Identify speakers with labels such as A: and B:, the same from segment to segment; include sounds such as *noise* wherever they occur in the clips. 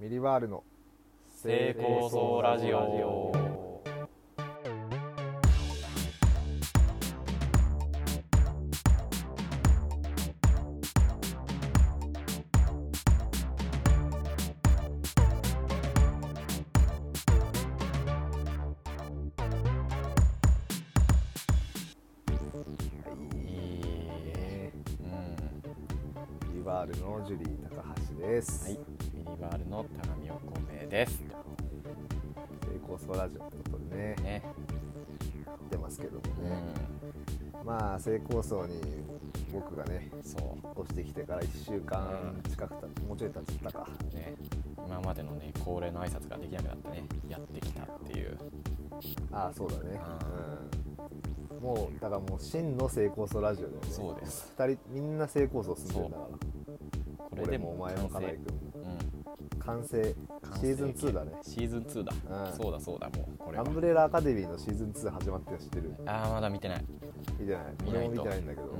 A: ミリバールの
B: 成功そうラジオ。いいねうん
A: ミリバールのジュリー高橋です、
B: はい、ミニバールの田上お米です。
A: 成功そうラジオってことでね
B: ね、
A: やってますけども
B: う
A: ね、
B: ん、
A: まあ成功層に僕がね
B: そ
A: 引っ越してきてから1週間近くたってもうちょい経ったか
B: うね、今までのね恒例の挨拶ができなくなったね。やってきたっていう。
A: ああそうだねうんもうだからもう真の成功層ラジオだよね
B: そうです
A: 2人みんな成功層住んでんだから
B: こ
A: 俺もお前も金井君も
B: うん、
A: 完成
B: 完成
A: シーズン2だね
B: シーズン2だ。
A: うん
B: そうだそうだもうこれ
A: ア
B: は。
A: ンブレラアカデミーのシーズン2始まってるの知ってる
B: ああまだ見てない。
A: 見てない
B: 見な
A: 俺
B: い
A: も
B: と
A: 見てないんだけど、
B: うん。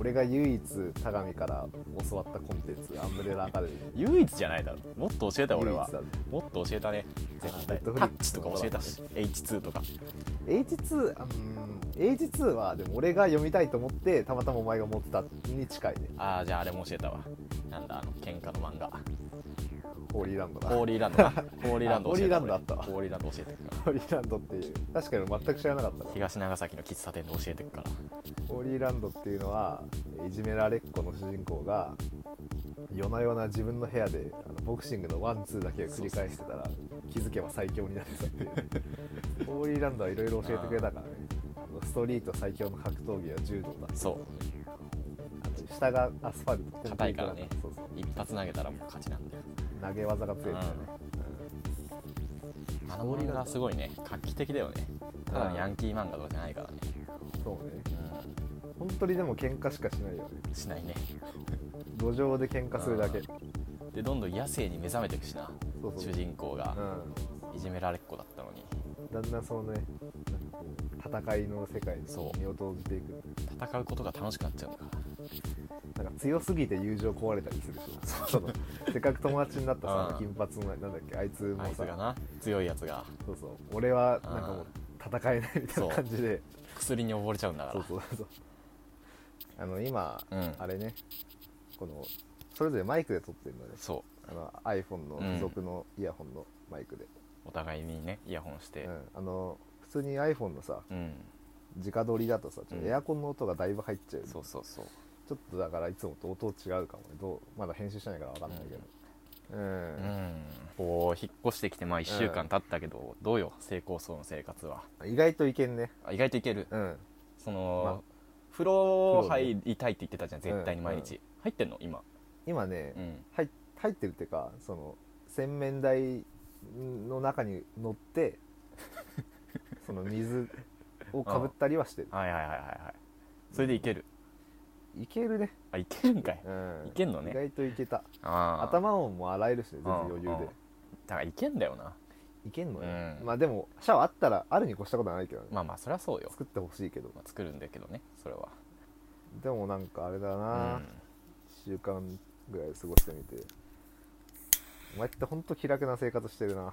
A: 俺が唯一田上から教わったコンテンツアンブレラアカデミー
B: 唯一じゃないだろ。もっと教えたよ俺
A: 唯
B: は
A: 一。だ
B: もっと教えたね。絶対。
A: あ
B: タ
A: Netflix
B: ッチとか教えたし、H2 とか。
A: H2 あうーん H2 はでも俺が読みたいと思ってたまたまお前が持ってたに近いね
B: ああじゃああれも教えたわ。なんだあの喧嘩の漫画。
A: ホーリーランドだ
B: ホーリーランドな。ホーリーランド教え
A: あホーリーランドあったわ
B: 俺ホーリーランド教えてくから。
A: ホーリーランドっていう確かに俺全く知らなかったな
B: 東長崎の喫茶店で教えてくから。
A: ホーリーランドっていうのはいじめられっ子の主人公が夜な夜な自分の部屋であのボクシングのワンツーだけを繰り返してたら気づけば最強になってたっていうホーリーランドはいろいろ教えてくれたからねあのストリート最強の格闘技は柔道だ
B: そう。
A: あと下がアスファルト
B: 硬いからね
A: そうそう
B: 一発投げたらもう勝ちなんだよ。
A: 投げ技が強いからね、
B: あの漫画はすごいね画期的だよねただのヤンキー漫画とかじゃないからね、
A: うんそうね本当にでも喧嘩しかしないよね
B: うん、しないね
A: 路上で喧嘩するだけ
B: うんでどんどん野生に目覚めていくしな
A: そうそう
B: 主人公が
A: うん
B: いじめられっ子だったのに
A: だんだんそのねなんかこう戦いの世界に
B: そう
A: 身を投じていく
B: 戦うことが楽しくなっちゃうんだか
A: なんか強すぎて友情壊れたりするしそのせっかく友達になったさ
B: う
A: 金
B: ん
A: 髪のなんだっけあいつ
B: らあ
A: も
B: いつ
A: さ
B: がな強いやつが
A: そうそう俺はなんかもう戦えないみたいな感じで
B: 薬に溺れちゃうんだから
A: そうそうそうあの今、
B: うん
A: あれねこのそれぞれマイクで撮ってるのね
B: そ
A: あの iPhone の
B: うん
A: 付属のイヤホンのマイクで、
B: うお互いにねイヤホンして
A: うんあの普通に iPhone のさ
B: うん、
A: 直撮りだとさちょっと
B: うん
A: エアコンの音がだいぶ入っちゃう
B: そうそうそう
A: ちょっとだからいつもと音違うかもねどうまだ編集してないから分かんないけどうん、
B: うんこう引っ越してきてまあ1週間経ったけど、どうよ成功そうの生活は
A: 意外といけんね
B: あ意外といける
A: うん
B: その、
A: まあ
B: 風呂入りたいって言ってたじゃん絶対に毎日、
A: う
B: 入ってんの今
A: 今ね、
B: うん
A: 入入ってるっていうかその洗面台の中に乗って
B: *laughs*
A: その水をかぶったりはしてる
B: はいはいはいはいはいそれでいける
A: いけるね、
B: あいけるんかい
A: うん、
B: いけんのね
A: 意外といけた
B: あー
A: 頭ももう洗えるしね全然余裕
B: うんうん
A: で
B: だからいけんだよない
A: けんのね、
B: うん
A: まあでもシャワーあったらあるに越したことはないけどね、
B: まあまあそりゃそうよ、
A: 作ってほしいけど
B: まあ、作るんだけどねそれは
A: でもなんかあれだな、
B: うん
A: 1週間ぐらい過ごしてみてお前ってほんと気楽な生活してるな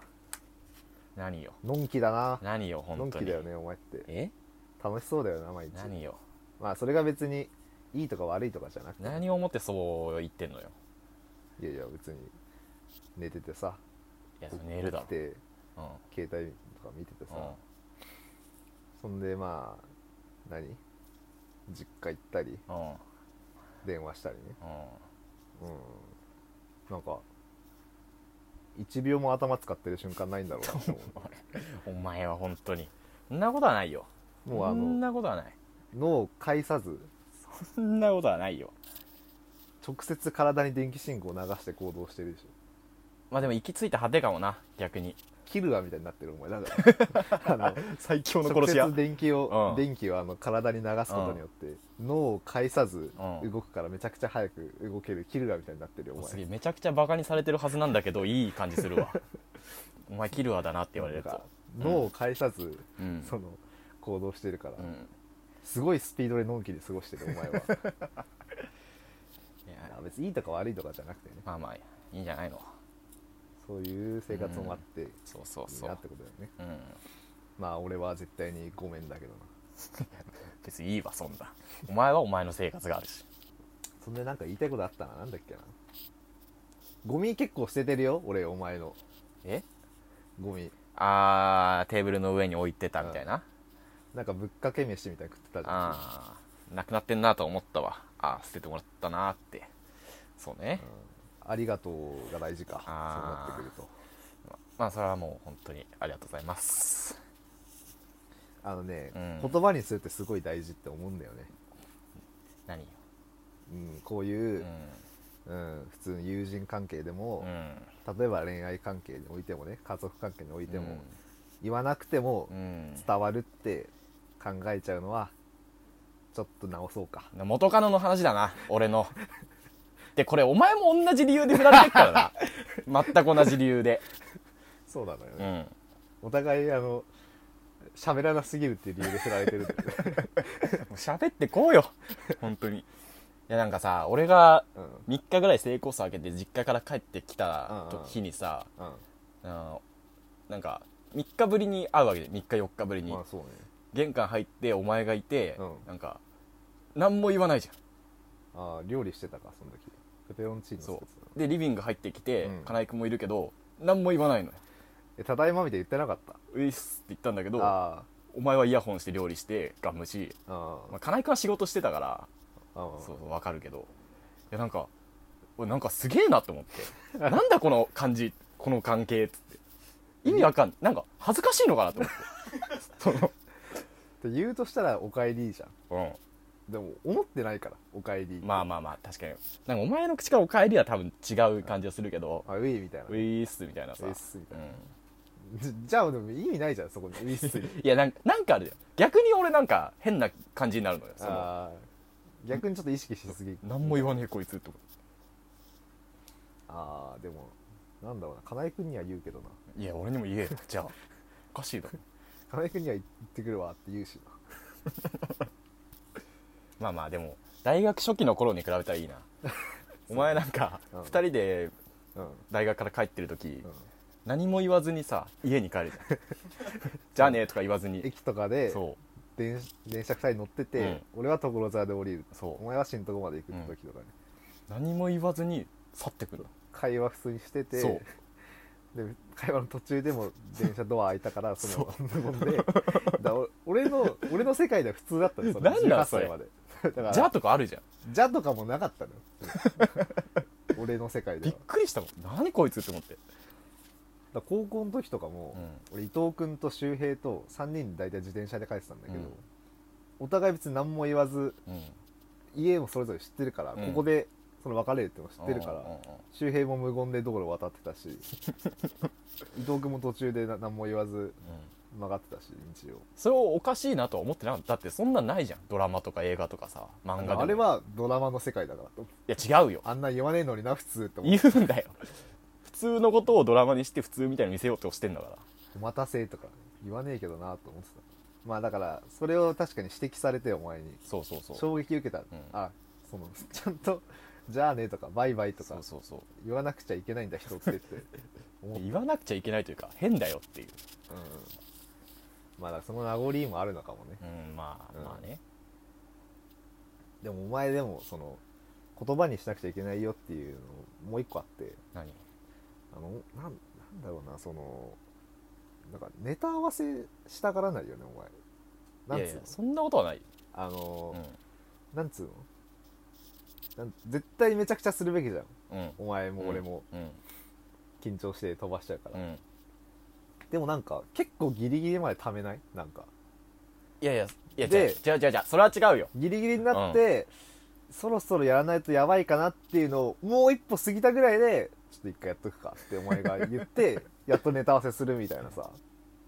B: 何よ
A: のんきだな
B: 何よ本当
A: の
B: に
A: んきだよねお前って
B: え
A: 楽しそうだよな毎日
B: 何よ
A: まあそれが別にいいとか悪いとかじゃなくて
B: 何を思ってそう言ってんのよ
A: いやいや別に寝ててさ
B: いやそれ寝るだ
A: 起きて
B: ろ
A: 携帯とか見てて
B: うん、う
A: さそんでまあ何実家行ったり
B: んうん
A: 電話したりね
B: うん
A: うんなんか1秒も頭使ってる瞬間ないんだろうなって思
B: *laughs* お前は本当にそんなことはないよ
A: うもうあ
B: そん
A: の
B: なことはない
A: 脳を介さず
B: そんなことはないよ
A: 直接体に電気信号を流して行動してるでしょ
B: まあでも行き着いた果てかもな逆に
A: キルアみたいになってるお前だから
B: *laughs*
A: あの
B: 最強
A: 直接電気を、
B: うん
A: 電気をあの体に流すことによって、脳を介さず
B: うん
A: 動くからめちゃくちゃ早く動けるキルアみたいになってるよお
B: すげ
A: 前
B: えめちゃくちゃバカにされてるはずなんだけどいい感じする
A: *laughs*
B: わお前キルアだなって言われる
A: なん
B: や
A: か
B: うん
A: 脳を介さず、
B: つうん
A: その行動してるから、
B: うん
A: すごいスピードでのんきに過ごして
B: *laughs*
A: るお前はい
B: いや
A: や別にいいとか悪いとかじゃなくてね
B: まあまあいいんじゃないの
A: そういう生活もあって、い
B: そうそう
A: い
B: そ
A: なっ
B: う
A: てことだよね
B: うん
A: まあ俺は絶対にごめんだけどな
B: 別にいいわそんなお前はお前の生活があるし
A: そんでなんか言いたいことあったななんだっけなゴミ結構捨ててるよ俺お前の
B: え
A: ゴミ
B: あーテーブルの上に置いてたみたいな、
A: なんかぶっかけ飯みたいなの食ってたじゃん
B: ああなくなってんなと思ったわあー捨ててもらったなーってそうね、
A: ありがとうが大事か
B: あー
A: そうなってくると
B: まあそれはもう本当にありがとうございます
A: あのね、
B: うん
A: 言葉にするってすごい大事って思うんだよね、
B: 何よ
A: うん、こういうう、
B: ん
A: うん普通の友人関係でも
B: う、ん
A: 例えば恋愛関係においてもね家族関係においても、
B: うん
A: 言わなくても
B: うん
A: 伝わるって考えちゃうのはちょっと直そうか
B: 元カノの話だな俺のでこれお前も同じ理由で振られてるから
A: *laughs*
B: な全く同じ理由で
A: そうなのよ
B: う
A: ね、
B: ん
A: お互いあの喋らなすぎるっていう理由で振られてるんだよ
B: *laughs*
A: ね、
B: もう喋ってこうよ本当にいやなんかさ俺が
A: うん
B: 3日ぐらい成功数開けて実家から帰ってきた
A: うんうん
B: 時にさ、
A: うん、
B: あのなんか3日ぶりに会うわけで3日4日ぶりに、
A: まあそうね
B: 玄関入ってお前がいて、
A: うん
B: なんか何も言わないじゃ
A: あ
B: ん
A: あ料理してたかその時ペペロンチーノ作
B: そ
A: ってたの
B: うでリビング入ってきて、
A: うん
B: 金井君もいるけど何も言わないのよ
A: えただいまみたいに言ってなかった
B: 「ういっす」って言ったんだけど
A: あ
B: お前はイヤホンして料理してガムし、
A: ああ
B: まあ、金井君は仕事してたから
A: あああ
B: そうそうわかるけどいやなんか俺なんかすげえなと思って *laughs* なんだこの感じこの関係っつって意味わかんなんか恥ずかしいのかなと思って *laughs*
A: で言うとしたら「おかえり」じゃん
B: その、
A: でも思ってないから「おかえり」
B: うん、まあまあまあ確かになんかお前の口から「おかえり」は多分違う感じがするけど
A: あウィーみたいな
B: 「ウィース」みたいなさ
A: ウィースみたいな
B: う
A: じじゃあでも意味ないじゃんそこにウィースに
B: んいやなんかなんかあるよ逆に俺なんか変な感じになるのよその
A: あー逆にちょっと意識しすぎ
B: 何も言わねえこいつってこ
A: ああでもなんだろうな金井君には言うけどな
B: といや俺にも言えよじゃあおかしいだろ
A: 金井君には言ってくるわって言うしな
B: まあまあでも大学初期の頃に比べたら
A: *laughs*
B: いいなお前なんか
A: うん
B: 2人で
A: うん、
B: 大学から帰ってる時、
A: うん、
B: 何も言わずにさ家に帰
A: *laughs*
B: るじゃんじゃあねとか言わずに
A: 駅とかで
B: そ
A: 電電車2人乗ってて、俺は所沢で降りる
B: うそ
A: お前は新とこまで行く時とかね、
B: う何も言わずに去ってくる
A: 会話普通にしてて
B: そう
A: で会話の途中でも電車ドア開いたからその無言でだからお俺の俺の世界では普通だったのその
B: なん
A: 18
B: だそれ
A: 歳までだから
B: じ
A: じ
B: ゃあ
A: ゃ
B: とかあるじゃん
A: とかもなかったのよ
B: *laughs*
A: 俺の世界で
B: び
A: は
B: っくりしたもん何こいつって思って
A: だから高校の時とかも、俺伊藤君と周平と3人で大体自転車で帰ってたんだけど、
B: うん
A: お互い別に何も言わず
B: うん、うん、
A: 家もそれぞれ知ってるから、
B: うん
A: ここでその別れるってのを知ってるから、
B: うんうんうん
A: 周平も無言で道路渡ってたし
B: *laughs*
A: 伊藤君も途中でな何も言わず曲がってたし道を
B: それをおかしいなとは思ってなかっただってそんなんないじゃんドラマとか映画とかさ漫画でも
A: あれはドラマの世界だからと
B: いや違うよ
A: あんな言わねえのにな普通って思って
B: 言うんだよ普通のことをドラマにして普通みたいに見せようとしてんだから
A: お待たせとか言わねえけどなと思ってたまあだからそれを確かに指摘されてお前に
B: そうそうそう
A: 衝撃受けた、あそのちゃんと「じゃあね」とか「バイバイ」と
B: そ
A: か
B: うそうそう
A: 言わなくちゃいけないんだ人ってって
B: *laughs*
A: 思った、うん、
B: 言わなくちゃいけないというか変だよっていう、
A: まあだからその名残もあるのかもね
B: うん、まあ、
A: うん
B: まあね
A: でもお前でもその言葉にしなくちゃいけないよっていうのもう一個あって
B: 何
A: あのなんなんだろうなそのなんかネタ合わせしたがらないよねお前
B: い
A: なん
B: や
A: つ
B: いう
A: の
B: やそんなことはない、
A: あ
B: う
A: の、
B: ん
A: なんつうのなん絶対めちゃくちゃするべきじゃん
B: うん、
A: お前も俺も
B: うん
A: 緊張して飛ばしちゃうから、
B: うん
A: でもなんか結構ギリギリまでためないなんか
B: いやいやいや
A: で
B: 違う違う違う違うそれは違うよ
A: ギリギリになって、そろそろやらないとやばいかなっていうのをもう一歩過ぎたぐらいでちょっと一回やっとくかってお前が言って
B: *laughs*
A: やっとネタ合わせするみたいなさ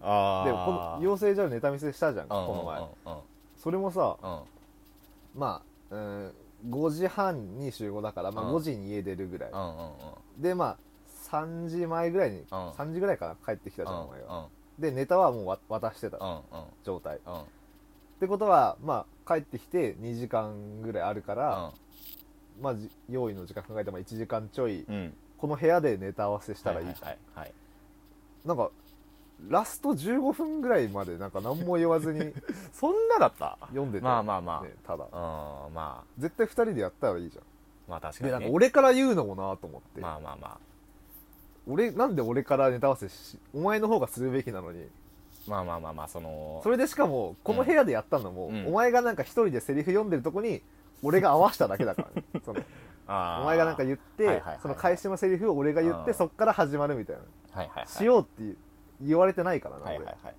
B: あ
A: でこの養成所のネタ見せしたじゃんこの前、それもさ
B: うんうんうん
A: まあ、うん、5時半に集合だから、まあ、
B: うん
A: 5時に家出るぐらい、
B: うんうん
A: でまあ3時前ぐらいに、
B: うん
A: 3時ぐらいかな帰ってきたじゃん、お前が、
B: う
A: でネタはもうわ渡してた
B: んうんうん
A: 状態っ
B: うんうん
A: てことはまあ帰ってきて2時間ぐらいあるから、まあじ用意の時間考えても1時間ちょい
B: うん
A: この部屋でネタ合わせしたらいいじゃん、
B: はいはいはい
A: なんかラスト15分ぐらいまでなんか何も言わずに *laughs*
B: そんなだった
A: 読んでた
B: まあまあまあ、
A: ねただ
B: うんま
A: 絶対2人でやったらいいじゃん
B: あまあ確か
A: で
B: に、
A: なん
B: ね、
A: か俺から言うのもなと思って、
B: まあまあま
A: 俺なんで俺からネタ合わせしお前の方がするべきなのに
B: あまあまあまあまあその
A: それでしかもこの部屋でやったのも、
B: うん
A: お前がなんか一人でセリフ読んでるとこに俺が合わしただけだからね、
B: *laughs*
A: その
B: あー
A: お前がなんか言って、
B: はいはいはいはい
A: その返しのセリフを俺が言って
B: あー
A: そっから始まるみたいな
B: はいはいはい
A: しようって言われてないからな、
B: はい
A: 俺
B: はいはい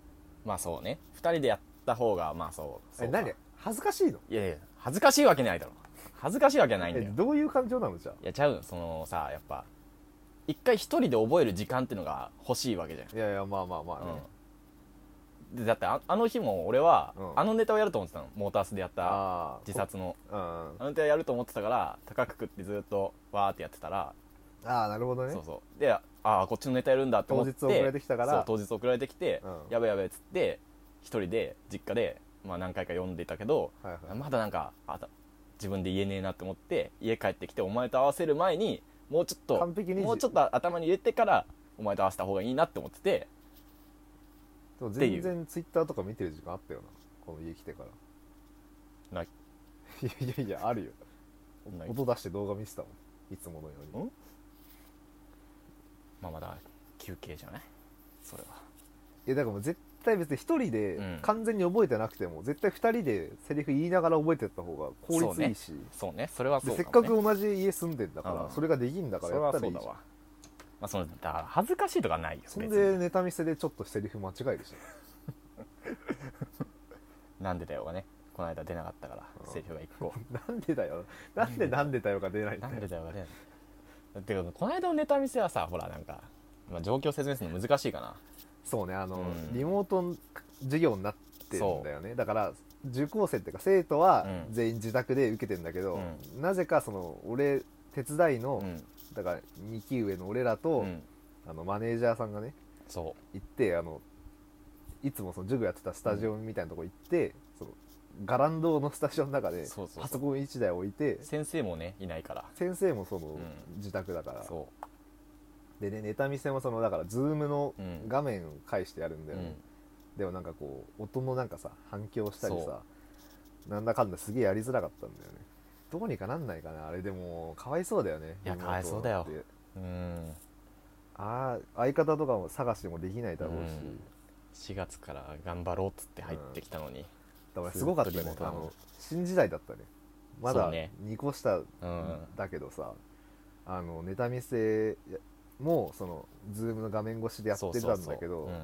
B: まあそうね2人でやった方がまあそうそう
A: え
B: か
A: 何恥ずかしいの
B: いやいや恥ずかしいわけないだろ恥ずかしいわけないんだ
A: え
B: よ
A: どういう感情なのじゃあ
B: いやちゃうのそのさやっぱ一回一人で覚える時間っていうのが欲しいわけじゃん
A: いやいやまあまあまあね、
B: うんでだってああの日も俺は、
A: うん
B: あのネタをやると思ってたのモータースでやった
A: ああ
B: 自殺の
A: うんあ
B: あのネタやると思ってたから高く食ってずっとわーってやってたら
A: あなるほどね
B: そうそうでああこっちのネタやるんだと思って
A: 当日送られてきたから
B: そう当日送られてきて、
A: うん
B: やべやべっつって一人で実家で、まあ、何回か読んでたけど、
A: はいはい
B: まだなんかあた自分で言えねえなって思って家帰ってきてお前と合わせる前にもうちょっと
A: 完璧に
B: もうちょっと頭に入れてからお前と合わせた方がいいなって思ってて
A: でも
B: ていう
A: 全然ツイッターとか見てる時間あったよなこの家来てから
B: ない
A: *laughs* いやいやいやあるよ
B: ない
A: 音出して動画見せたもんいつものように
B: んまあまだ休憩じゃないそれはい
A: やだからもう絶対別に一人
B: う
A: で
B: ん
A: 完全に覚えてなくても、絶対二人でセリフ言いながら覚えてった方が効率いいし、
B: そうねそれは
A: で
B: そう
A: せっ
B: も
A: か
B: ね
A: く同じ家住んでんだから、
B: うん
A: それができんだか
B: そ
A: ら
B: れ
A: や
B: は
A: った
B: そ
A: らいういじ
B: だ
A: ゃん
B: わまあそのだから恥ずかしいとかはないよ
A: そん
B: 別
A: で
B: に
A: ネタ見せでちょっとセリフ間違えるし
B: なんでだよがねこの間出なかったから
A: うん
B: セリフが1個
A: なんでだよなんでなんでだよが出ないんだ
B: な
A: よ
B: んでだよが出ないてかこの間のネタ見せはさほらなんか、まあ、状況説明するの難しいかな
A: そうねあの、
B: うん
A: リモート授業になってるんだよねだから受講生っていうか生徒は
B: うん
A: 全員自宅で受けてんだけど、なぜかその俺手伝いの、
B: うん
A: だから2期上の俺らと、
B: うん
A: あのマネージャーさんがね
B: そ
A: 行ってあのいつもその塾やってたスタジオみたいなとこ行って、そのガランドのスタジオの中で
B: そうそうそう
A: パソコン1台置いて
B: う先生もねいないから
A: 先生もその、
B: ん
A: 自宅だから
B: そ
A: でねネタ見せもそのだからズームの
B: うん
A: 画面を介してやるん
B: う、
A: だ
B: う
A: よね、
B: ん、
A: でもなんかこう音のなんかさ反響したりさなんだかんだすげえやりづらかったんだよねどうにかなんないかなあれでもかわいそうだよね
B: いや
A: 妹
B: かわいそうだよ
A: って
B: うん、
A: ああ相方とかも探しもできないだろうし、
B: うん4月から頑張ろうっつって入ってきたのに、
A: だからすごかったね
B: ずっとリモート
A: あ
B: なの
A: の新時代だったねま
B: そ
A: だ
B: うね
A: 2個下
B: うん
A: だけどさ、あのネタ見せもそのズームの画面越しでやって
B: そう
A: たんだけど
B: そうそううん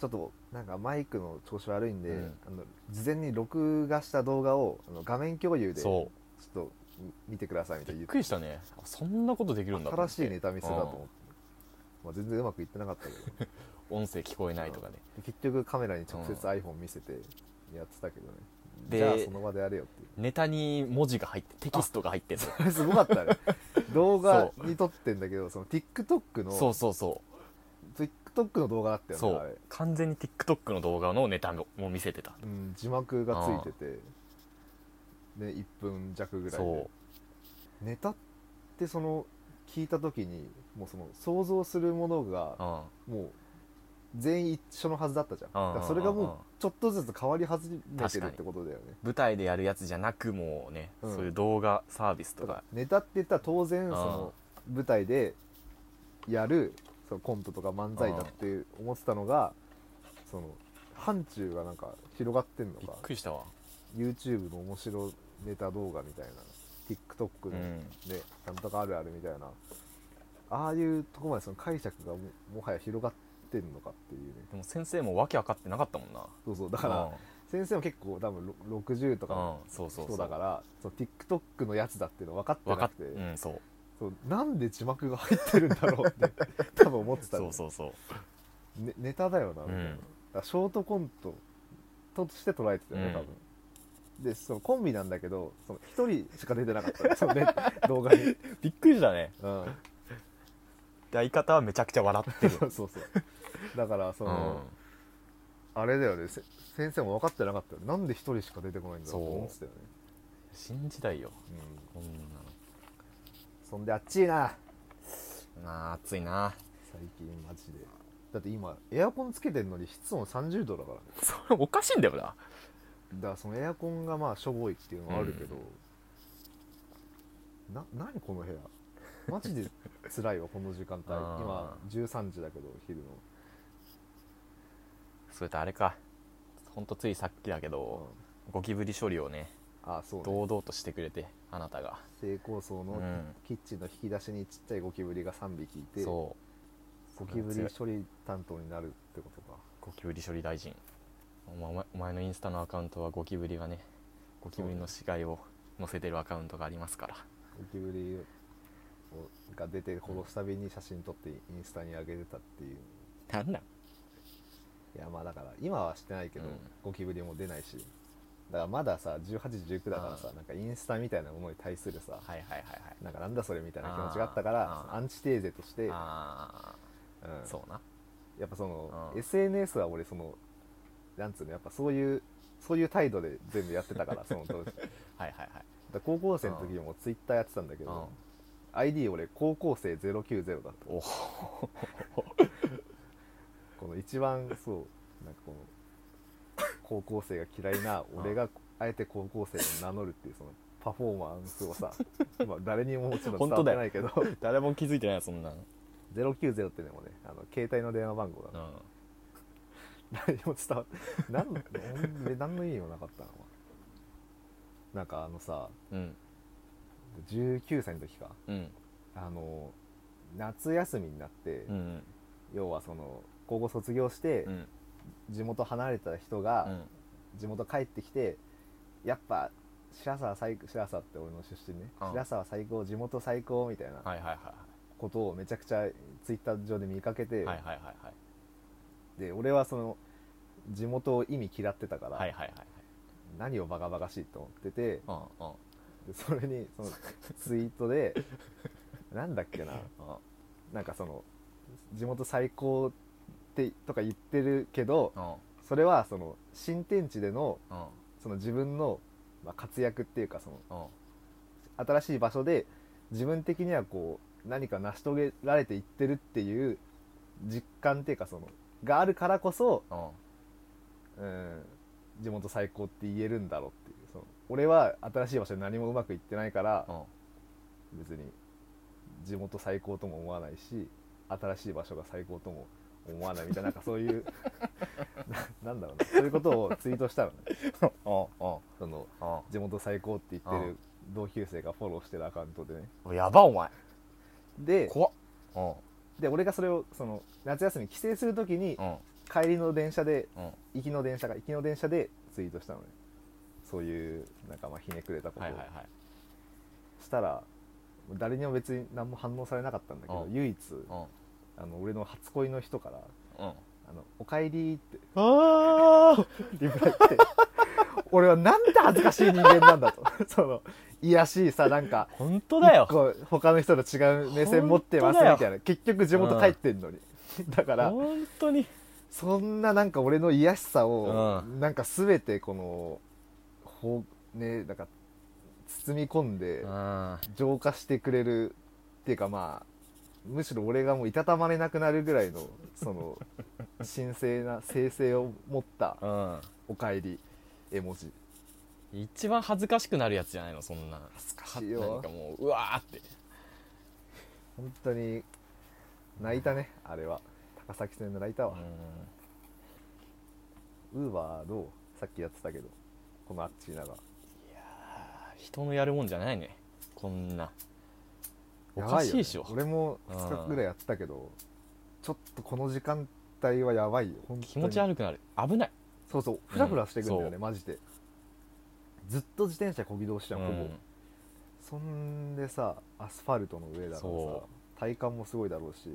A: ちょっとなんかマイクの調子悪いんで、
B: うん
A: あの事前に録画した動画をあの画面共有でちょっ
B: そ
A: と見てくださいみた
B: う
A: いな
B: びっくりしたねあそんなことできるんだと思
A: 新
B: っ
A: し
B: て
A: いネタ見せだと思って、まあ、全然うまくいってなかったけどで
B: うん音声聞こえないとかね
A: 結局カメラに直接
B: うん
A: iPhone 見せてやってたけどね、
B: で
A: じゃあその場でやれよっていう
B: ネタに文字が入ってテキストが入ってる
A: あれすごかった
B: *laughs*
A: ね動画に撮ってんだけどその TikTok *laughs* の
B: そうそうそ
A: TikTok の動画だった
B: う
A: よね
B: そ
A: あれ
B: う、完全に TikTok の動画のネタも見せてた
A: うん、字幕がついててね1分弱ぐらいで
B: そう
A: ネタってその聞いた時にもうその想像するもの
B: う
A: が
B: ん
A: もう全員一緒のはずだったじゃんだ
B: うんうんうんう
A: か
B: ん
A: らそれがもうちょっとずつ変わり始めて
B: 確か
A: る
B: に
A: ってことだよね
B: 舞台でやるやつじゃなくもうね、
A: うん
B: そういう動画サービスと
A: だから
B: か
A: ネタって言ったら当然その舞台でやるそのコントとか漫才だって思ってたのがその範疇がなんか広がってんの
B: びっ
A: か
B: くりしたわ
A: YouTube の面白ネタ動画みたいな TikTok の
B: う
A: ね
B: ん
A: なんとかあるあるみたいなああいうとこまでその解釈がももはや広がってんのかっていうね
B: でも先生もわけ分かってなかったもんな
A: そうそうだから先生も結構多分ろ60と
B: う
A: か
B: ん、うん
A: の、
B: そうそうそ
A: 人
B: う
A: だからその TikTok のやつだっていうの分かって
B: 分か
A: な
B: っ
A: く
B: て
A: て
B: うんそう
A: そうなんで字幕が入ってるんだろうって多分思ってた
B: そ
A: の
B: うそうそう
A: ねネタだよなみたいな、
B: うん
A: だからショートコントとして捉えてたよね
B: うん
A: 多分、でそのコンビなんだけどその1人しか出てなかったのそ *laughs* の、ね、動画に、うん、
B: びっくりしたね
A: そう
B: で相方はめちゃくちゃ笑ってる
A: *laughs* そうそうだからそうの、あれだよねせ先生も分かってなかったよなんで1人しか出てこないんだろうと思ってたよね
B: 新時代よ
A: う、ん、
B: こんなの
A: そんであっちいな
B: なあ暑いな
A: 最近マジでだって今エアコンつけてんのに室温30度だからね
B: それ *laughs* おかしいんだよな
A: だからそのエアコンがまあしょぼいっていうのはあるけど、な何この部屋マジで辛いわこの時間帯今
B: あ
A: 13時だけど昼の
B: それとあれかほんとついさっきだけど、ゴキブリ処理をね
A: ああそうね
B: 堂々としてくれてあなたが
A: 成功層
B: う
A: の
B: ん
A: キッチンの引き出しにちっちゃいゴキブリが3匹いて、ゴ
B: そう
A: キブリ処理担当になるってことか
B: ゴキブリ処理大臣お前お前お前のインスタのアカウントはゴキブリがねゴキブリの死骸を載せてるアカウントがありますから
A: ゴキブリをが出て殺すたびに写真撮ってインスタに上げてたっていう
B: なんなん
A: いやまあだから今はしてないけど、
B: うん
A: ゴキブリも出ないしだからまださ1819だからさ
B: う
A: なんかインスタみたいなものに対するさ、
B: はいはいはいはい
A: なんかなんだそれみたいな気持ちがあったから
B: あー
A: アンチテーゼとして、うん、
B: ああそうな
A: やっぱその
B: うん
A: SNS は俺そのなんつうのやっぱそういうそういう態度で全部やってたからその当時だか
B: はいはいはい
A: ら高校生の時もツイッターやってたんだけ
B: うん
A: ど ID 俺高校生090だった
B: お
A: *laughs* この一番そうなんかこの高校生が嫌いな俺があえて高校生を名乗るっていうそのパフォーマンスを
B: *laughs*
A: さまあ誰にももちろん伝わってないけど
B: 誰も気づいてないよそんなの
A: 090ってでもねあの携帯の電話番号だ
B: う
A: な、
B: ん
A: 誰にも伝わってなん俺何の意味もなかったのなんかあのさ
B: うん
A: 19歳の時か
B: うん
A: あの夏休みになって、
B: うん
A: 要はその高校卒業して
B: うん
A: 地元離れた人が、
B: うん
A: 地元帰ってきてやっぱ白沢最高白沢って俺の出身ね、
B: うん
A: 白沢最高地元最高みたいな
B: はいはいはい
A: ことをめちゃくちゃツイッター上で見かけて、
B: はいはいはいはい
A: で俺はその地元を意味嫌ってたから、
B: はいはいはいはい
A: 何をバカバカしいと思ってて
B: うんうん
A: でそれにそのツイート
B: *laughs*
A: でなんだっけな
B: うん
A: なんかその地元最高ってとか言ってるけど
B: うん
A: それはその新天地での
B: うん
A: その自分の、まあ、活躍っていうかその
B: うん
A: 新しい場所で自分的にはこう何か成し遂げられていってるっていう実感っていうかそのがあるからこそ、
B: うん
A: うん、地元最高って言えるんだろうっていうその俺は新しい場所で何もうまくいってないから
B: うん
A: 別に地元最高とも思わないし新しい場所が最高とも思わないみたいななんかそういう *laughs* ななんだろうなそういうことをツイートしたのね
B: うん
A: その
B: うん
A: 地元最高って言って
B: う
A: る同級生がフォローしてるアカウントでね
B: うんやばお前
A: で
B: 怖っうん
A: で俺がそれをその夏休み帰省するときに
B: うん
A: 帰りの電車で
B: うん
A: 行きの電車が行きの電車でツイートしたのねそういうなんかまあひねくれたことを
B: はいはいはい
A: したら、誰にも別に何も反応されなかったんだけど
B: うん
A: 唯一
B: うん
A: あの俺の初恋の人から
B: うん
A: 「あのおかえり」って
B: ああ
A: リプライ来て *laughs* 俺はなんて恥ずかしい人間なんだと *laughs* そのいやしいさなんか
B: 本当だよ
A: こう他の人と違う目線持ってます
B: 本当だよ
A: みたいな *laughs* 結局地元帰ってんのに、 *laughs* だから
B: 本当に
A: そんななんか俺の癒しさを、
B: う
A: なんか全てこのほうねなんか包み込んで
B: あ
A: 浄化してくれるっていうかまあむしろ俺がもういたたまれなくなるぐらいのそ
B: *laughs*
A: の神聖な生成を持った
B: あ
A: 「おかえり」絵文字
B: うん一番恥ずかしくなるやつじゃないのそんな恥ずか
A: しいよ
B: なんかもううわーって
A: 本当に泣いたねあれは高崎線の泣いたわ
B: う
A: ウーバーどうさっきやってたけどこのあっちいなが
B: ん人のやるもんじゃないねこんなお
A: や
B: か
A: ばい
B: し
A: よ
B: い
A: ね
B: でしょ
A: 俺も2日ぐらいやってたけどちょっとこの時間帯はやばいよ本当に
B: 気持ち悪くなる危ない
A: そうそうフラフラしてくんだよね、
B: そう
A: マジでずっと自転車こぎ通しじゃん、ほぼ
B: うん
A: そんでさアスファルトの上だからさ
B: そ
A: 体感もすごいだろうし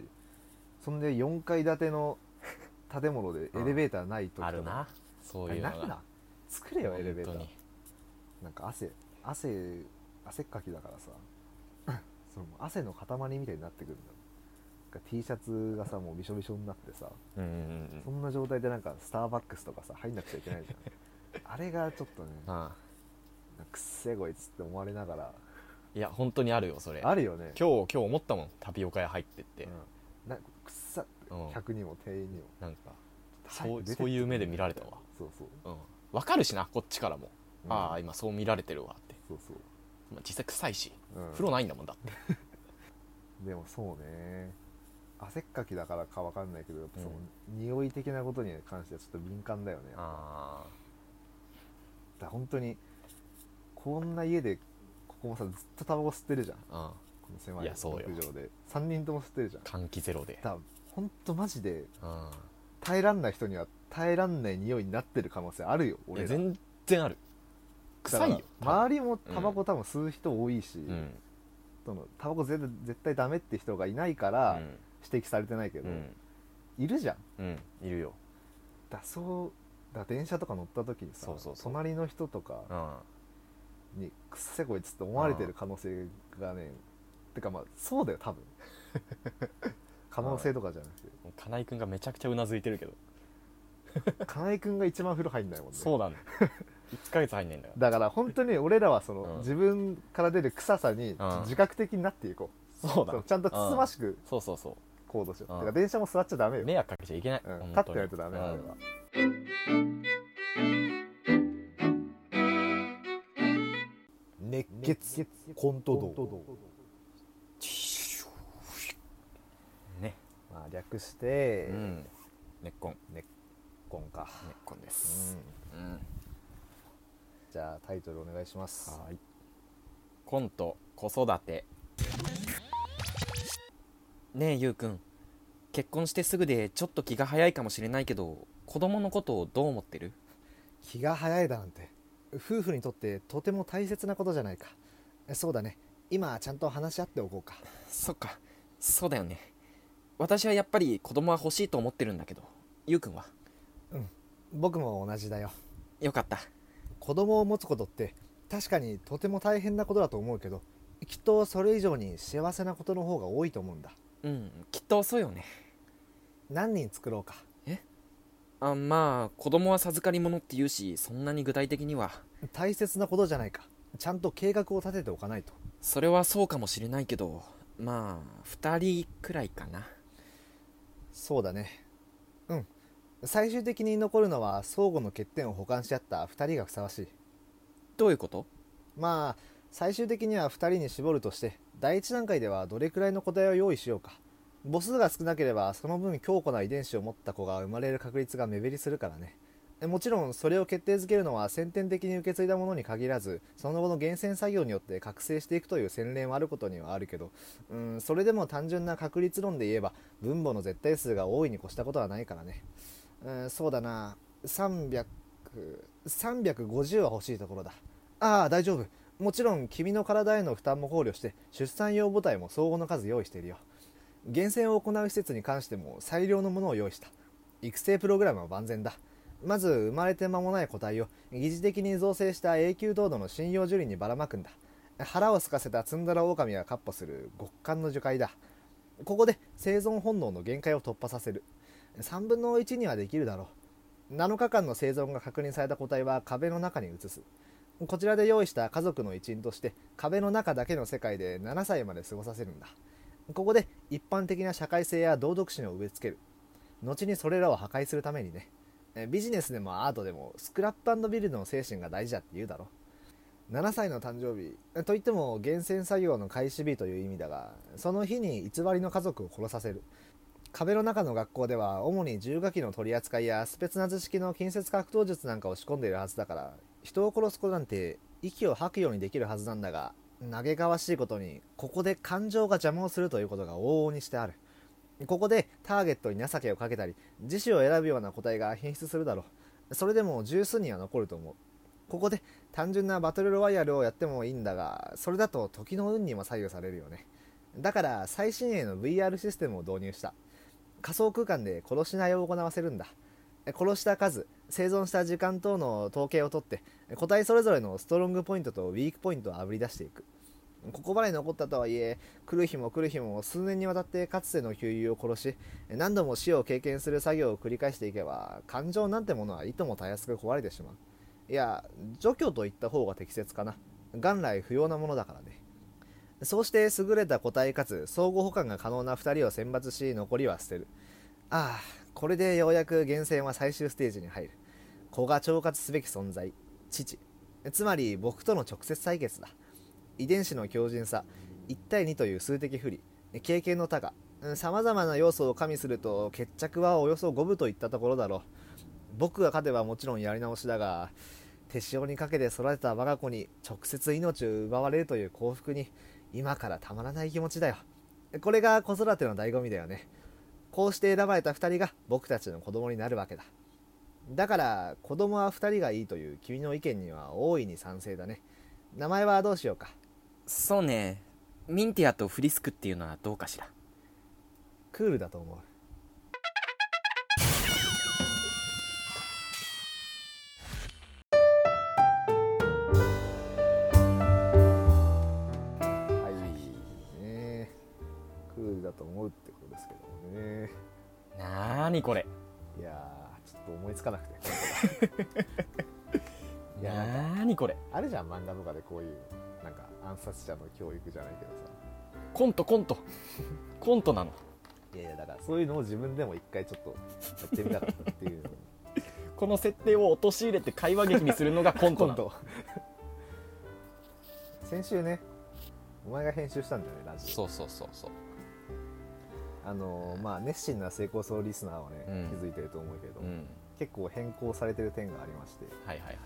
A: そんで4階建て
B: *laughs*
A: の建物でエレベーターない時とか
B: あるなそう
A: あ
B: い
A: れ
B: うの
A: なんだ
B: が
A: 作れよエレベーター
B: 本当に
A: なんか汗汗汗っかきだからさ *laughs* その汗の塊みたいになってくるんだよなんか T シャツがさもうびしょびしょになってさ
B: うんうん
A: そんな状態でなんかスターバックスとかさ入んなくちゃいけないじ
B: *laughs*
A: ゃんあれがちょっとね
B: うんあ
A: なんかくっせえこいつって思われながら
B: いや本当にあるよそれ今
C: あるよね
B: 日今日思ったもんタピオカ屋入ってって、
C: うん、なんかくっさって
B: うん
C: 客にも店員にも
B: なんかそう
C: 早く出てって
B: そういう目で見られたわ
C: そうそう、
B: うん、分かるしなこっちからも、
C: うん
B: ああ今そう見られてるわって、
C: そうそう、
B: まあ、実際臭いし、
C: うん
B: 風呂ないんだもんだって
C: でもそうね汗っかきだからかわかんないけどやっぱその、
B: うん
C: 匂い的なことに関してはちょっと敏感だよねだか
B: あ
C: ら本当にこんな家でここもさずっとタバコ吸ってるじゃん
B: あ
C: この狭
B: い
C: い
B: やそうよ
C: 屋上で3人とも吸ってるじゃんだ
B: 換気ゼロで
C: からほんとマジで
B: うん
C: 耐えらんない人には耐えらんない匂いになってる可能性あるよ
B: い
C: 俺
B: や
C: ら
B: 全然ある臭いよ
C: だから周りもタバコ多分吸う人多いし、
B: うん
C: そのタバコ絶対絶対ダメって人がいないか
B: う
C: ら
B: ん
C: 指摘されてないけど、
B: うん
C: いるじゃん
B: うんいるよ
C: だそうだ電車とか乗った時にさ
B: そうそうそう
C: 隣の人とか
B: うん
C: に「くっせこいつ」って思われてる可能性がねてかまあそうだよ多分 *laughs* 可能性とかじゃなくて
B: 金井君がめちゃくちゃうなずいてるけど
C: 金井君が一番風呂入んないもんね
B: そう
C: *laughs*
B: だね1ヶ月入んないんだから
C: だから本当に俺らはその、
B: うん
C: 自分から出る臭さに
B: ん
C: 自覚的になっていこ、
B: そううだ
C: そうちゃんとつつましく
B: そうそうそ
C: 行動しよう、
B: うん
C: だから電車も座っちゃダメ
B: う
C: よ、
B: 迷惑かけちゃいけない、
C: うん、
B: 本
C: 立
B: 当
C: っ
B: に
C: てないとダメなの
B: う
C: よ
B: ん、
A: 熱血コント道
B: ね
C: まあ、略して、
B: うん根っこん根
C: 今か、
B: っこんで
C: う
B: す、
C: ん、
B: うん、
C: じゃあタイトルお願いします
B: はいコント子育て
D: ねえゆうくん結婚してすぐでちょっと気が早いかもしれないけど子供のことをどう思ってる
A: 気が早いだなんて夫婦にとってとても大切なことじゃないかそうだね今ちゃんと話し合っておこうか
D: *laughs* そっかそうだよね私はやっぱり子供は欲しいと思ってるんだけどゆうくんは
A: 僕も同じだよ
D: よかった
A: 子供を持つことって確かにとても大変なことだと思うけどきっとそれ以上に幸せなことの方が多いと思うんだ
D: うんきっとそうよね
A: 何人作ろうか
D: あまあ子供は授かり物って言うしそんなに具体的には
A: 大切なことじゃないかちゃんと計画を立てておかないと
D: それはそうかもしれないけどまあ2人くらいかな
A: そうだねうん最終的に残るのは相互の欠点を補完し合った2人がふさわしい
D: どういうこと
A: まあ最終的には2人に絞るとして第一段階ではどれくらいの個体を用意しようか母数が少なければその分強固な遺伝子を持った子が生まれる確率が目減りするからねえもちろんそれを決定づけるのは先天的に受け継いだものに限らずその後の厳選作業によって覚醒していくという洗練はあることにはあるけどうんそれでも単純な確率論で言えば分母の絶対数が大いに越したことはないからねうんそうだな300 350は欲しいところだああ大丈夫もちろん君の体への負担も考慮して出産用母体も相応の数用意しているよ厳選を行う施設に関しても最良のものを用意した育成プログラムは万全だまず生まれて間もない個体を疑似的に造成した永久凍土の針葉樹林にばらまくんだ腹を空かせたツンドラオオカミが闊歩する極寒の樹海だここで生存本能の限界を突破させる3分の1にはできるだろう7日間の生存が確認された個体は壁の中に移すこちらで用意した家族の一員として壁の中だけの世界で7歳まで過ごさせるんだここで一般的な社会性や道徳心を植え付ける後にそれらを破壊するためにねえビジネスでもアートでもスクラップビルドの精神が大事だって言うだろ7歳の誕生日えといっても厳選作業の開始日という意味だがその日に偽りの家族を殺させる壁の中の学校では主に銃火器の取り扱いやスペツナズ式の近接格闘術なんかを仕込んでいるはずだから人を殺すことなんて息を吐くようにできるはずなんだが嘆かわしいことにここで感情が邪魔をするということが往々にしてあるここでターゲットに情けをかけたり自死を選ぶような個体が変質するだろうそれでも十数人は残ると思うここで単純なバトルロワイヤルをやってもいいんだがそれだと時の運にも左右されるよねだから最新鋭の VR システムを導入した仮想空間で殺し合いを行わせるんだえ殺した数生存した時間等の統計を取ってえ個体それぞれのストロングポイントとウィークポイントをあぶり出していくここまで残ったとはいえ来る日も来る日も数年にわたってかつての旧友を殺しえ何度も死を経験する作業を繰り返していけば感情なんてものはいともたやすく壊れてしまういや除去といった方が適切かな元来不要なものだからね
E: そうして優れた個体かつ相互補完が可能な2人を選抜し残りは捨てるああこれでようやく厳選は最終ステージに入る子が腸活すべき存在父つまり僕との直接対決だ遺伝子の強靭さ1対2という数的不利経験の高さまざまな要素を加味すると決着はおよそ5分といったところだろう僕が勝てばもちろんやり直しだが手塩にかけて育てた我が子に直接命を奪われるという幸福に今からたまらない気持ちだよこれが子育ての醍醐味だよねこうして選ばれた2人が僕たちの子供になるわけだだから子供は2人がいいという君の意見には大いに賛成だね名前はどうしようか
F: そうねミンティアとフリスクっていうのはどうかしら
E: クールだと思う
A: はいねクールだと思うってことですけどもね
F: なーにこれ
A: いやーちょっと思いつかなくて *laughs* いやなんか
F: なーにこれ
A: あるじゃん漫画とかでこういうなんか暗殺者の教育じゃないけどさ
B: コントコントコントなの
A: いやいやだからそういうのを自分でも一回ちょっとやってみたかったっていうの
B: この設定を陥れて会話劇にするのがコント
A: 今
B: なの
A: 度先週ねお前が編集したんだよねラジオ
F: そうそうそうそう
A: あのーまあ熱心な成功層リスナーはね、
F: うん
A: 気づいてると思うけど、
F: うん
A: 結構変更されてる点がありまして、
F: はいはいはい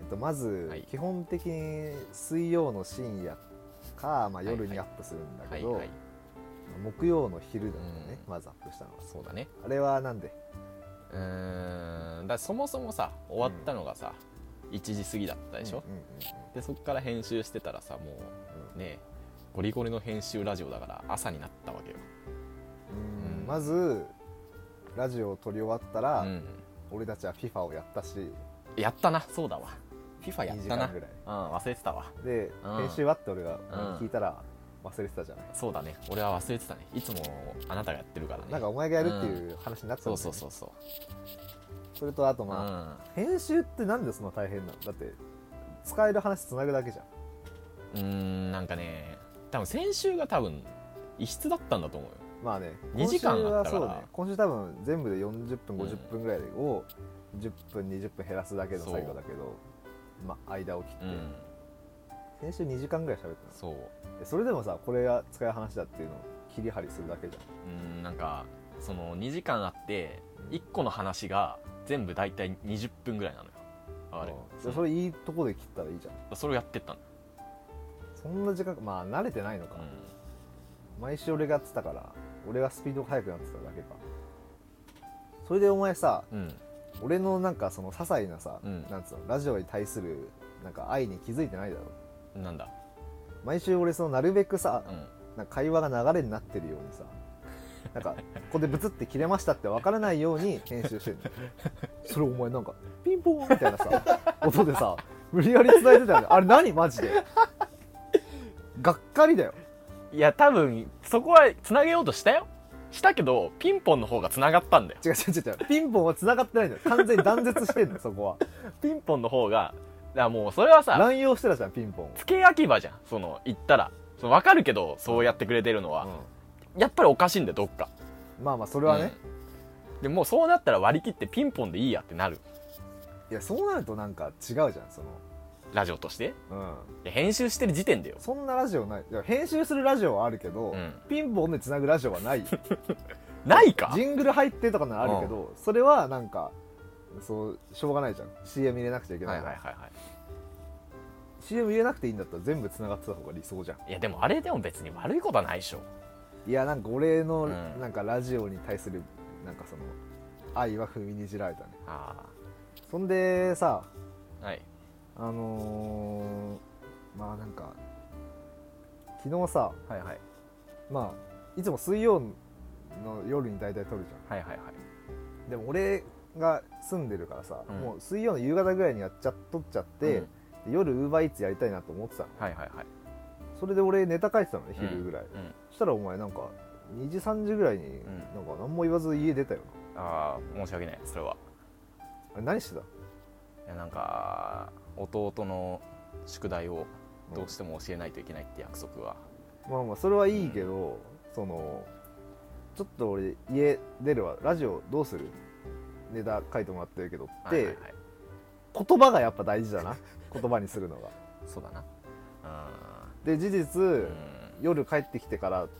A: えっと、まず、
F: はい
A: 基本的に水曜の深夜か、まあ、夜にアップするんだ
F: は
A: け
F: い
A: ど、
F: はい
A: 木曜の昼だったよね、
F: う
A: まずアップしたのは
F: そうだね
A: あれはなんで
B: うーんだからそもそもさ終わったのがさ、1時過ぎだったでしょ、
A: うんうんうん
B: でそっから編集してたらさもうねゴリゴリの編集ラジオだから朝になったわけよ、
A: うん
B: うん
A: まずラジオを撮り終わったら、
B: うん、
A: 俺たちは FIFA をやったし
B: やったなそうだわ FIFA やっ
A: 2時
B: たな
A: 間ぐらい
B: うん忘れてたわ
A: で、
B: うん
A: 編集終わって俺が
B: ん
A: 聞いたら忘れてたじゃない、
B: そうだね俺は忘れてたねいつもあなたがやってるからね
A: なんかお前がやるっていう話になってた
B: そ
A: ん
B: う
A: だよね
B: そうそうそう、
A: それとあとまあ、編集ってなんでそんな大変なのだって使える話つなぐだけじゃん
B: うんうーんなんかね多分先週が多分異質だったんだと思うよ
A: まあね
B: 2時間
A: 今週
B: あっ
A: は
B: たから
A: そうね今週多分全部で40分
B: うん
A: 50分ぐらいを10分20分減らすだけの
B: そう
A: 作業だけど、まあ、間を切って、
B: うん
A: 先週2時間ぐらい喋った
B: そう
A: のでそれでもさこれが使える話だっていうのを切り張りするだけじゃ
B: うんなんかその2時間あって1個の話が全部大体20分ぐらいなのよ
A: ん
B: あれ
A: でそれいいとこで切ったらいいじゃん
B: それをやってったの、
A: そんな時間まあ慣れてないのか、
B: うん
A: 毎週俺がやってたから俺がスピードが速くなってただけかそれでお前さ
B: うん、
A: 俺のなんかその些細なさ、
B: うん
A: なんつうのラジオに対するなんか愛に気づいてないだろ
B: なんだ、
A: 毎週俺そのなるべくさ、
B: うん、
A: なんか会話が流れになってるようにさなんかここでブツって切れましたって分からないように編集して
B: *laughs*
A: るのそれお前なんかピンポーンみたいなさ音でさ無理やり伝えてたよねあれ何マジでがっかりだよ
B: いや多分そこはつなげようとしたよしたけどピンポンの方がつながったんだよ
A: 違う違う違う違うピンポンは繋がってないんだよ完全に断絶してんの
B: *laughs*
A: よそこ
B: ピンポンの方がいやもうそれは
A: は
B: さ
A: 乱用してたじゃんピンポンを、
B: 付け焼き場じゃんその言ったらその分かるけどそうやってくれてるのは、やっぱりおかしいんだよどっか
A: うんまあまあそ
B: そ
A: れはね、、
B: うんでもうそうなったら割り切ってピンポンでいいやってなる
A: いやそうなるとなんか違うじゃんそ
B: ラジオとして
A: のうん
B: いや編集してる時点でよ
A: そんなラジオないいや編集するラジオはあるけど、
B: うん
A: ピンポンでつなぐラジオはないよ
B: *laughs* ないか
A: ジングル入ってとかならあるけど、それはなんかそうしょうがないじゃん CM 入れなくちゃいけ
B: は
A: ないい
B: は
A: か
B: い
A: ら、
B: はいは
A: CM 入れなくていいんだったら全部つながってた方が理想じゃん
B: いいやでもあれでも別に悪いことはないでしょ
A: いやなんか俺の
B: うん
A: なんかラジオに対するなんかその愛は踏みにじられたね
B: あ
A: そんでさ
B: あはい
A: あのーまあなんか昨日さ
B: はいはい
A: まあいつも水曜の夜に大体撮るじゃん
B: はいはいはい
A: でも俺が住んでるからさ、
B: うん
A: もう水曜の夕方ぐらいにやっちゃ撮っちゃって、で夜ウーバーイーツやりたいなと思ってたの
B: はいはいはい
A: それで俺ネタ書いてたのね昼ぐらい、
B: うん
A: そしたらお前なんか2時3時ぐらいに
B: ん
A: なんか何も言わず家出たよ
B: ああ申し訳ないそれは
A: あれ何してた
B: いやなんか弟の宿題をどうしても教えないといけないって約束は
A: まあまあそれはいいけど、そのちょっと俺家出るわラジオどうするネタ書いてもらってるけどって、
B: はいはいはい
A: 言葉がやっぱ大事だな言葉にするのが
B: そうだなあ
A: で事実、
B: ー
A: 夜帰ってきてからって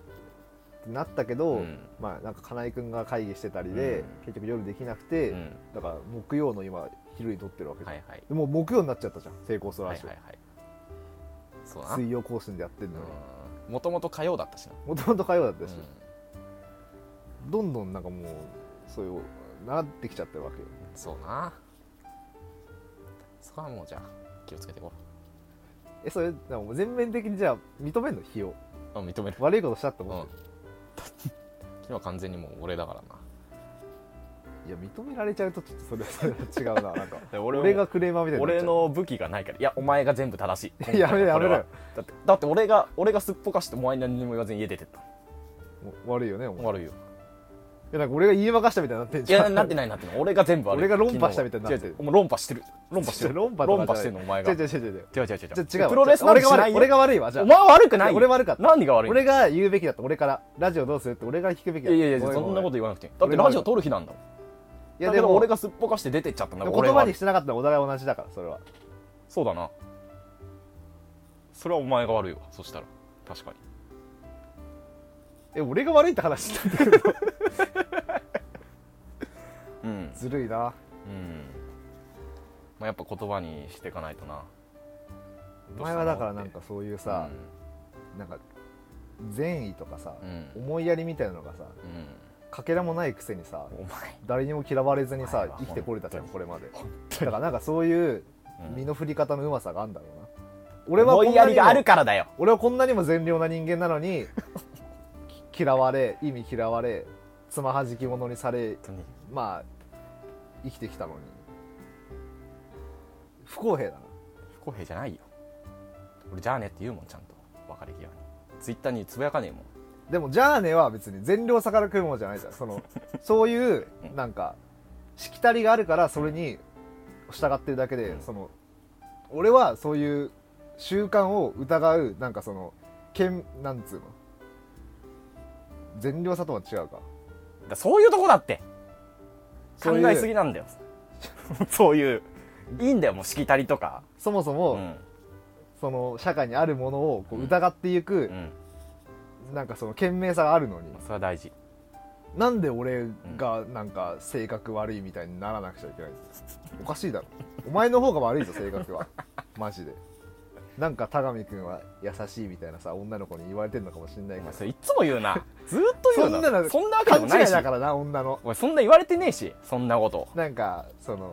A: なったけど、
B: うん
A: まあなんか金井君が会議してたりで、
B: うん
A: 結局夜できなくて、
B: うんうん
A: だから木曜の今昼に撮ってるわけじゃ
B: は
A: ん、
B: いはい
A: でもう木曜になっちゃったじゃん成功する
B: はいはい
A: 話を、
B: はいそうだな
A: 水曜更新でやってんのに
B: もともと火曜だったしな
A: もともと火曜だったし、
B: うん
A: どんどんなんかもうそういうなってきちゃってるわけよ
B: そうなそこはもうじゃあ気をつけていこ
A: えそれなんかもう全面的にじゃあ認めんの日を
B: うあ認める
A: 悪いことしたって
B: うん
A: 思ってる、
B: 昨日は完全にもう俺だからない
A: や認められちゃうとちょっとそれ *laughs* それは違うななんか
B: で
A: 俺
B: 俺
A: がクレーマーみたいになっち
B: 俺
A: ゃう
B: の武器がないからいやお前が全部
A: *laughs*
B: 正しい
A: やめろや
B: 今
A: めろ
B: 回はこれはだってだって俺が俺がすっぽかしてお前に何にも言わずに家出てった
A: もう悪いよねお前い
B: 悪いよ
A: やなんか俺が言いまかしたみたいになってん
B: い
A: じゃん
B: やなってないなってない俺が全部悪い
A: 俺が論破したみたいになってる
B: 昨日は違う違うもう論破してる論破して
A: *laughs*
B: る
A: 論破とかじゃない
B: 論破してるのお前が
A: 違う違う違う違う
B: 違う違う違う
A: じゃあ違う
B: プロレスなん
A: 俺
B: て
A: が
B: しな
A: 悪
B: い
A: い
B: よ
A: 俺が悪いわじゃあ
B: お前悪くない
A: い
B: よ
A: や俺悪かった
B: 何が悪いの
A: 俺が言うべきだった俺からラジオどうするって俺が聞くべきだった
B: いやいやいや
A: ごめ
B: そんなこと
A: ごめ
B: 言わなくていいだってラジオ撮る日なんだもん
A: いや
B: だけ
A: で
B: ど
A: も
B: 俺がすっぽかして出てっちゃったんだ
A: で
B: から
A: も
B: 俺
A: 言
B: は
A: 葉にしてなかったらお互い同じだからそれは
B: そうだなそれはお前が悪いわそしたら確かに
A: え俺が悪いって話したんだけど
B: うんうん
A: ずるいな
B: まあやっぱ言葉にしていかないとな
A: お前はだからなんかそういうさ、
B: う
A: なんか善意とかさ、
B: んうん
A: 思いやりみたいなのがさかけらもないくせにさ
B: うんお前
A: 誰にも嫌われずに
B: お前
A: さ
B: は
A: 生きてこれたじゃん
B: 本
A: これまで
B: 当
A: だからなんかそういう
B: うん
A: 身の振り方のうまさがあるんだろうな、俺
B: 俺
A: は
B: は
A: こ
B: 思
A: ん
B: いや
A: な
B: り
A: に
B: がある
A: も
B: からだよ
A: 俺はこんなにも善良な人間なのにき嫌われ意味嫌われつまはじき者にされ
B: 本当に
A: まあ生きてきたのに不公平だな
B: 不公平じゃないよ俺じゃあねって言うもんちゃんと別れ際にツイッターにつぶやかねえもん
A: でも「じゃあね」は別に善良さから来るものじゃないじゃんそ *laughs* のそういうなんかしきたりがあるからそれに従ってるだけで、
B: うん
A: その俺はそういう習慣を疑うなんかそのけんなんつうの善良さとは違うか
B: だからそういうとこだって
A: そ
B: 考
A: ういう
B: えすぎなんだよ *laughs* そういういいんだよもうしきたりとか
A: そもそうも、
B: ん
A: その社会にあるものをこう疑っていく
B: う、ん
A: なんかその賢明さがあるのに
B: それは大事
A: なんで俺がなんか性格悪いみたいにならなくちゃいけないんですおかしいだろお前の方が悪いぞ性格
B: *laughs*
A: はマジでなんか田上君は優しいみたいなさ女の子に言われてんのかもしんない
B: お
A: け
B: 前
A: ど
B: それいっつも言うなずーっと言うな
A: そんなの
B: そんなわけで
A: 勘
B: もな
A: 違
B: い
A: い
B: し
A: だからな女の
B: お前そんな言われてねえしそんなこと
A: なんかその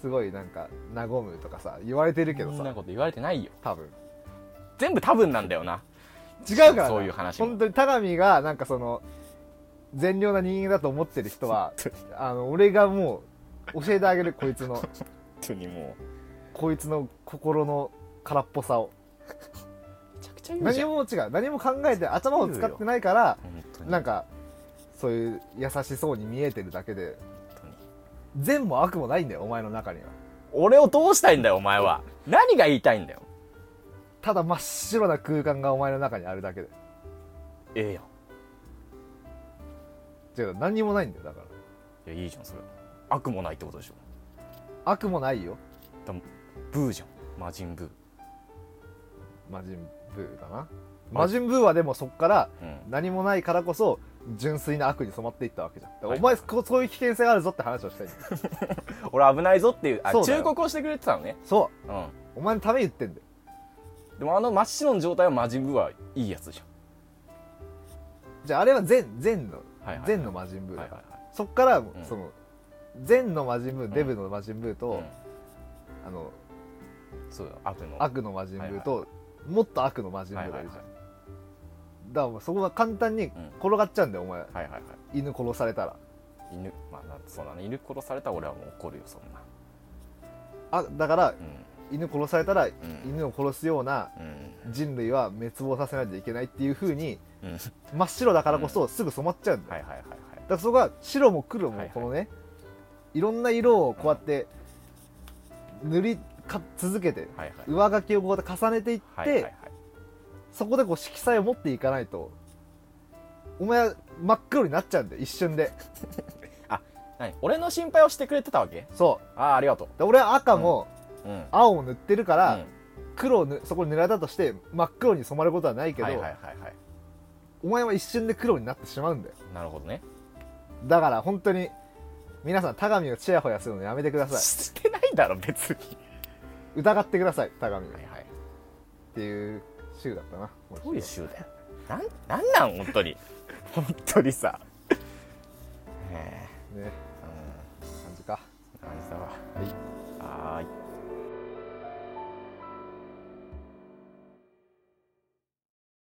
A: すごいなんか和むとかさ言われてるけ
B: そ
A: ど
B: んな
A: さ
B: こと言われてないよ
A: 多分
B: 全部多分なんだよな
A: 違うからな
B: そういう話も
A: 本当に田上がなんかその善良な人間だと思ってる人
B: *laughs*
A: はあの俺がもう教えてあげるこいつの
B: 本当にも
A: こいつの心の空っぽさを
B: うめちゃくちゃ言うじ
A: 何
B: ゃん
A: も違う何も考えて頭を使ってないから
B: 本当に
A: なんかそういう優しそうに見えてるだけで
B: 本当に
A: 善も悪もないんだよお前の中には
B: 俺をどうしたいんだよお前は何が言いたいんだよ
A: ただ真っ白な空間がお前の中にあるだけで
B: ええやん
A: 違う何にもないんだよだから
B: いやいいじゃんそれ悪もないってことでしょ
A: 悪もないよ
B: だブーじゃん魔人ブー
A: 魔人ブーだな魔人ブーはでもそっから
B: うん
A: 何もないからこそ純粋な悪に染まっていったわけじゃんだから
B: はい
A: お前こそういう危険性があるぞって話をしたいんだよ
B: 俺危ないぞっていうあ
A: そうだよ
B: 忠告をしてくれてたのね
A: そううお前のために言ってんだよ
B: んでもあの真っ白の状態は魔人ブーはいいやつじ
A: じゃああれは善善の
B: ゃんはいはい
A: 善の魔人ブー
B: は
A: だ
B: い
A: か
B: は
A: ら
B: いはい
A: そっからもう、
B: うん
A: その善の魔人ブー、デブの魔人ブーと、
B: うん
A: あの
B: そうだ悪の
A: 悪の魔人ブーと、もっと悪の魔人ブーがいるじゃん、だ
B: は
A: からもうそこが簡単に転がっちゃうんだよお前
B: はいはいはい
A: 犬殺されたら
B: 犬まあなそうだね犬殺されたら俺はもう怒るよそんな
A: あだから
B: う
A: 犬殺されたら、
B: ん
A: 犬を殺すようなん人類は滅亡させないといけないっていうふうに
B: うんうん
A: 真っ白だからこそすぐ染まっちゃうんだよ、
B: はいはいはいはい
A: だからそこが白も黒
B: はいは
A: も
B: い
A: このね、いろんな色をこうやって塗りか続けて
B: はいはい
A: 上書きをこうやって重ねていって、
B: はいはいはい
A: そこでこう色彩を持っていかないとお前は真っ黒になっちゃうんだよ一瞬で
B: 何俺の心配をしてくれてたわけ
A: そ
B: ああありがと
A: うで俺は赤も
B: う、うん、
A: 青を塗ってるから、
B: うん
A: 黒をぬそこに塗られたとして真っ黒に染まることはないけど、
B: はいはいはいはい
A: お前は一瞬で黒になってしまうんだよ
B: なるほどね
A: だから本当に皆さん田上をチヤホヤするのやめてください
B: してないだろ別に
A: 疑ってください田上をっ
B: はいはい
A: ていう週だったな
B: どういう週だよなん *laughs* なんなん本当に本当にさねえ
A: ね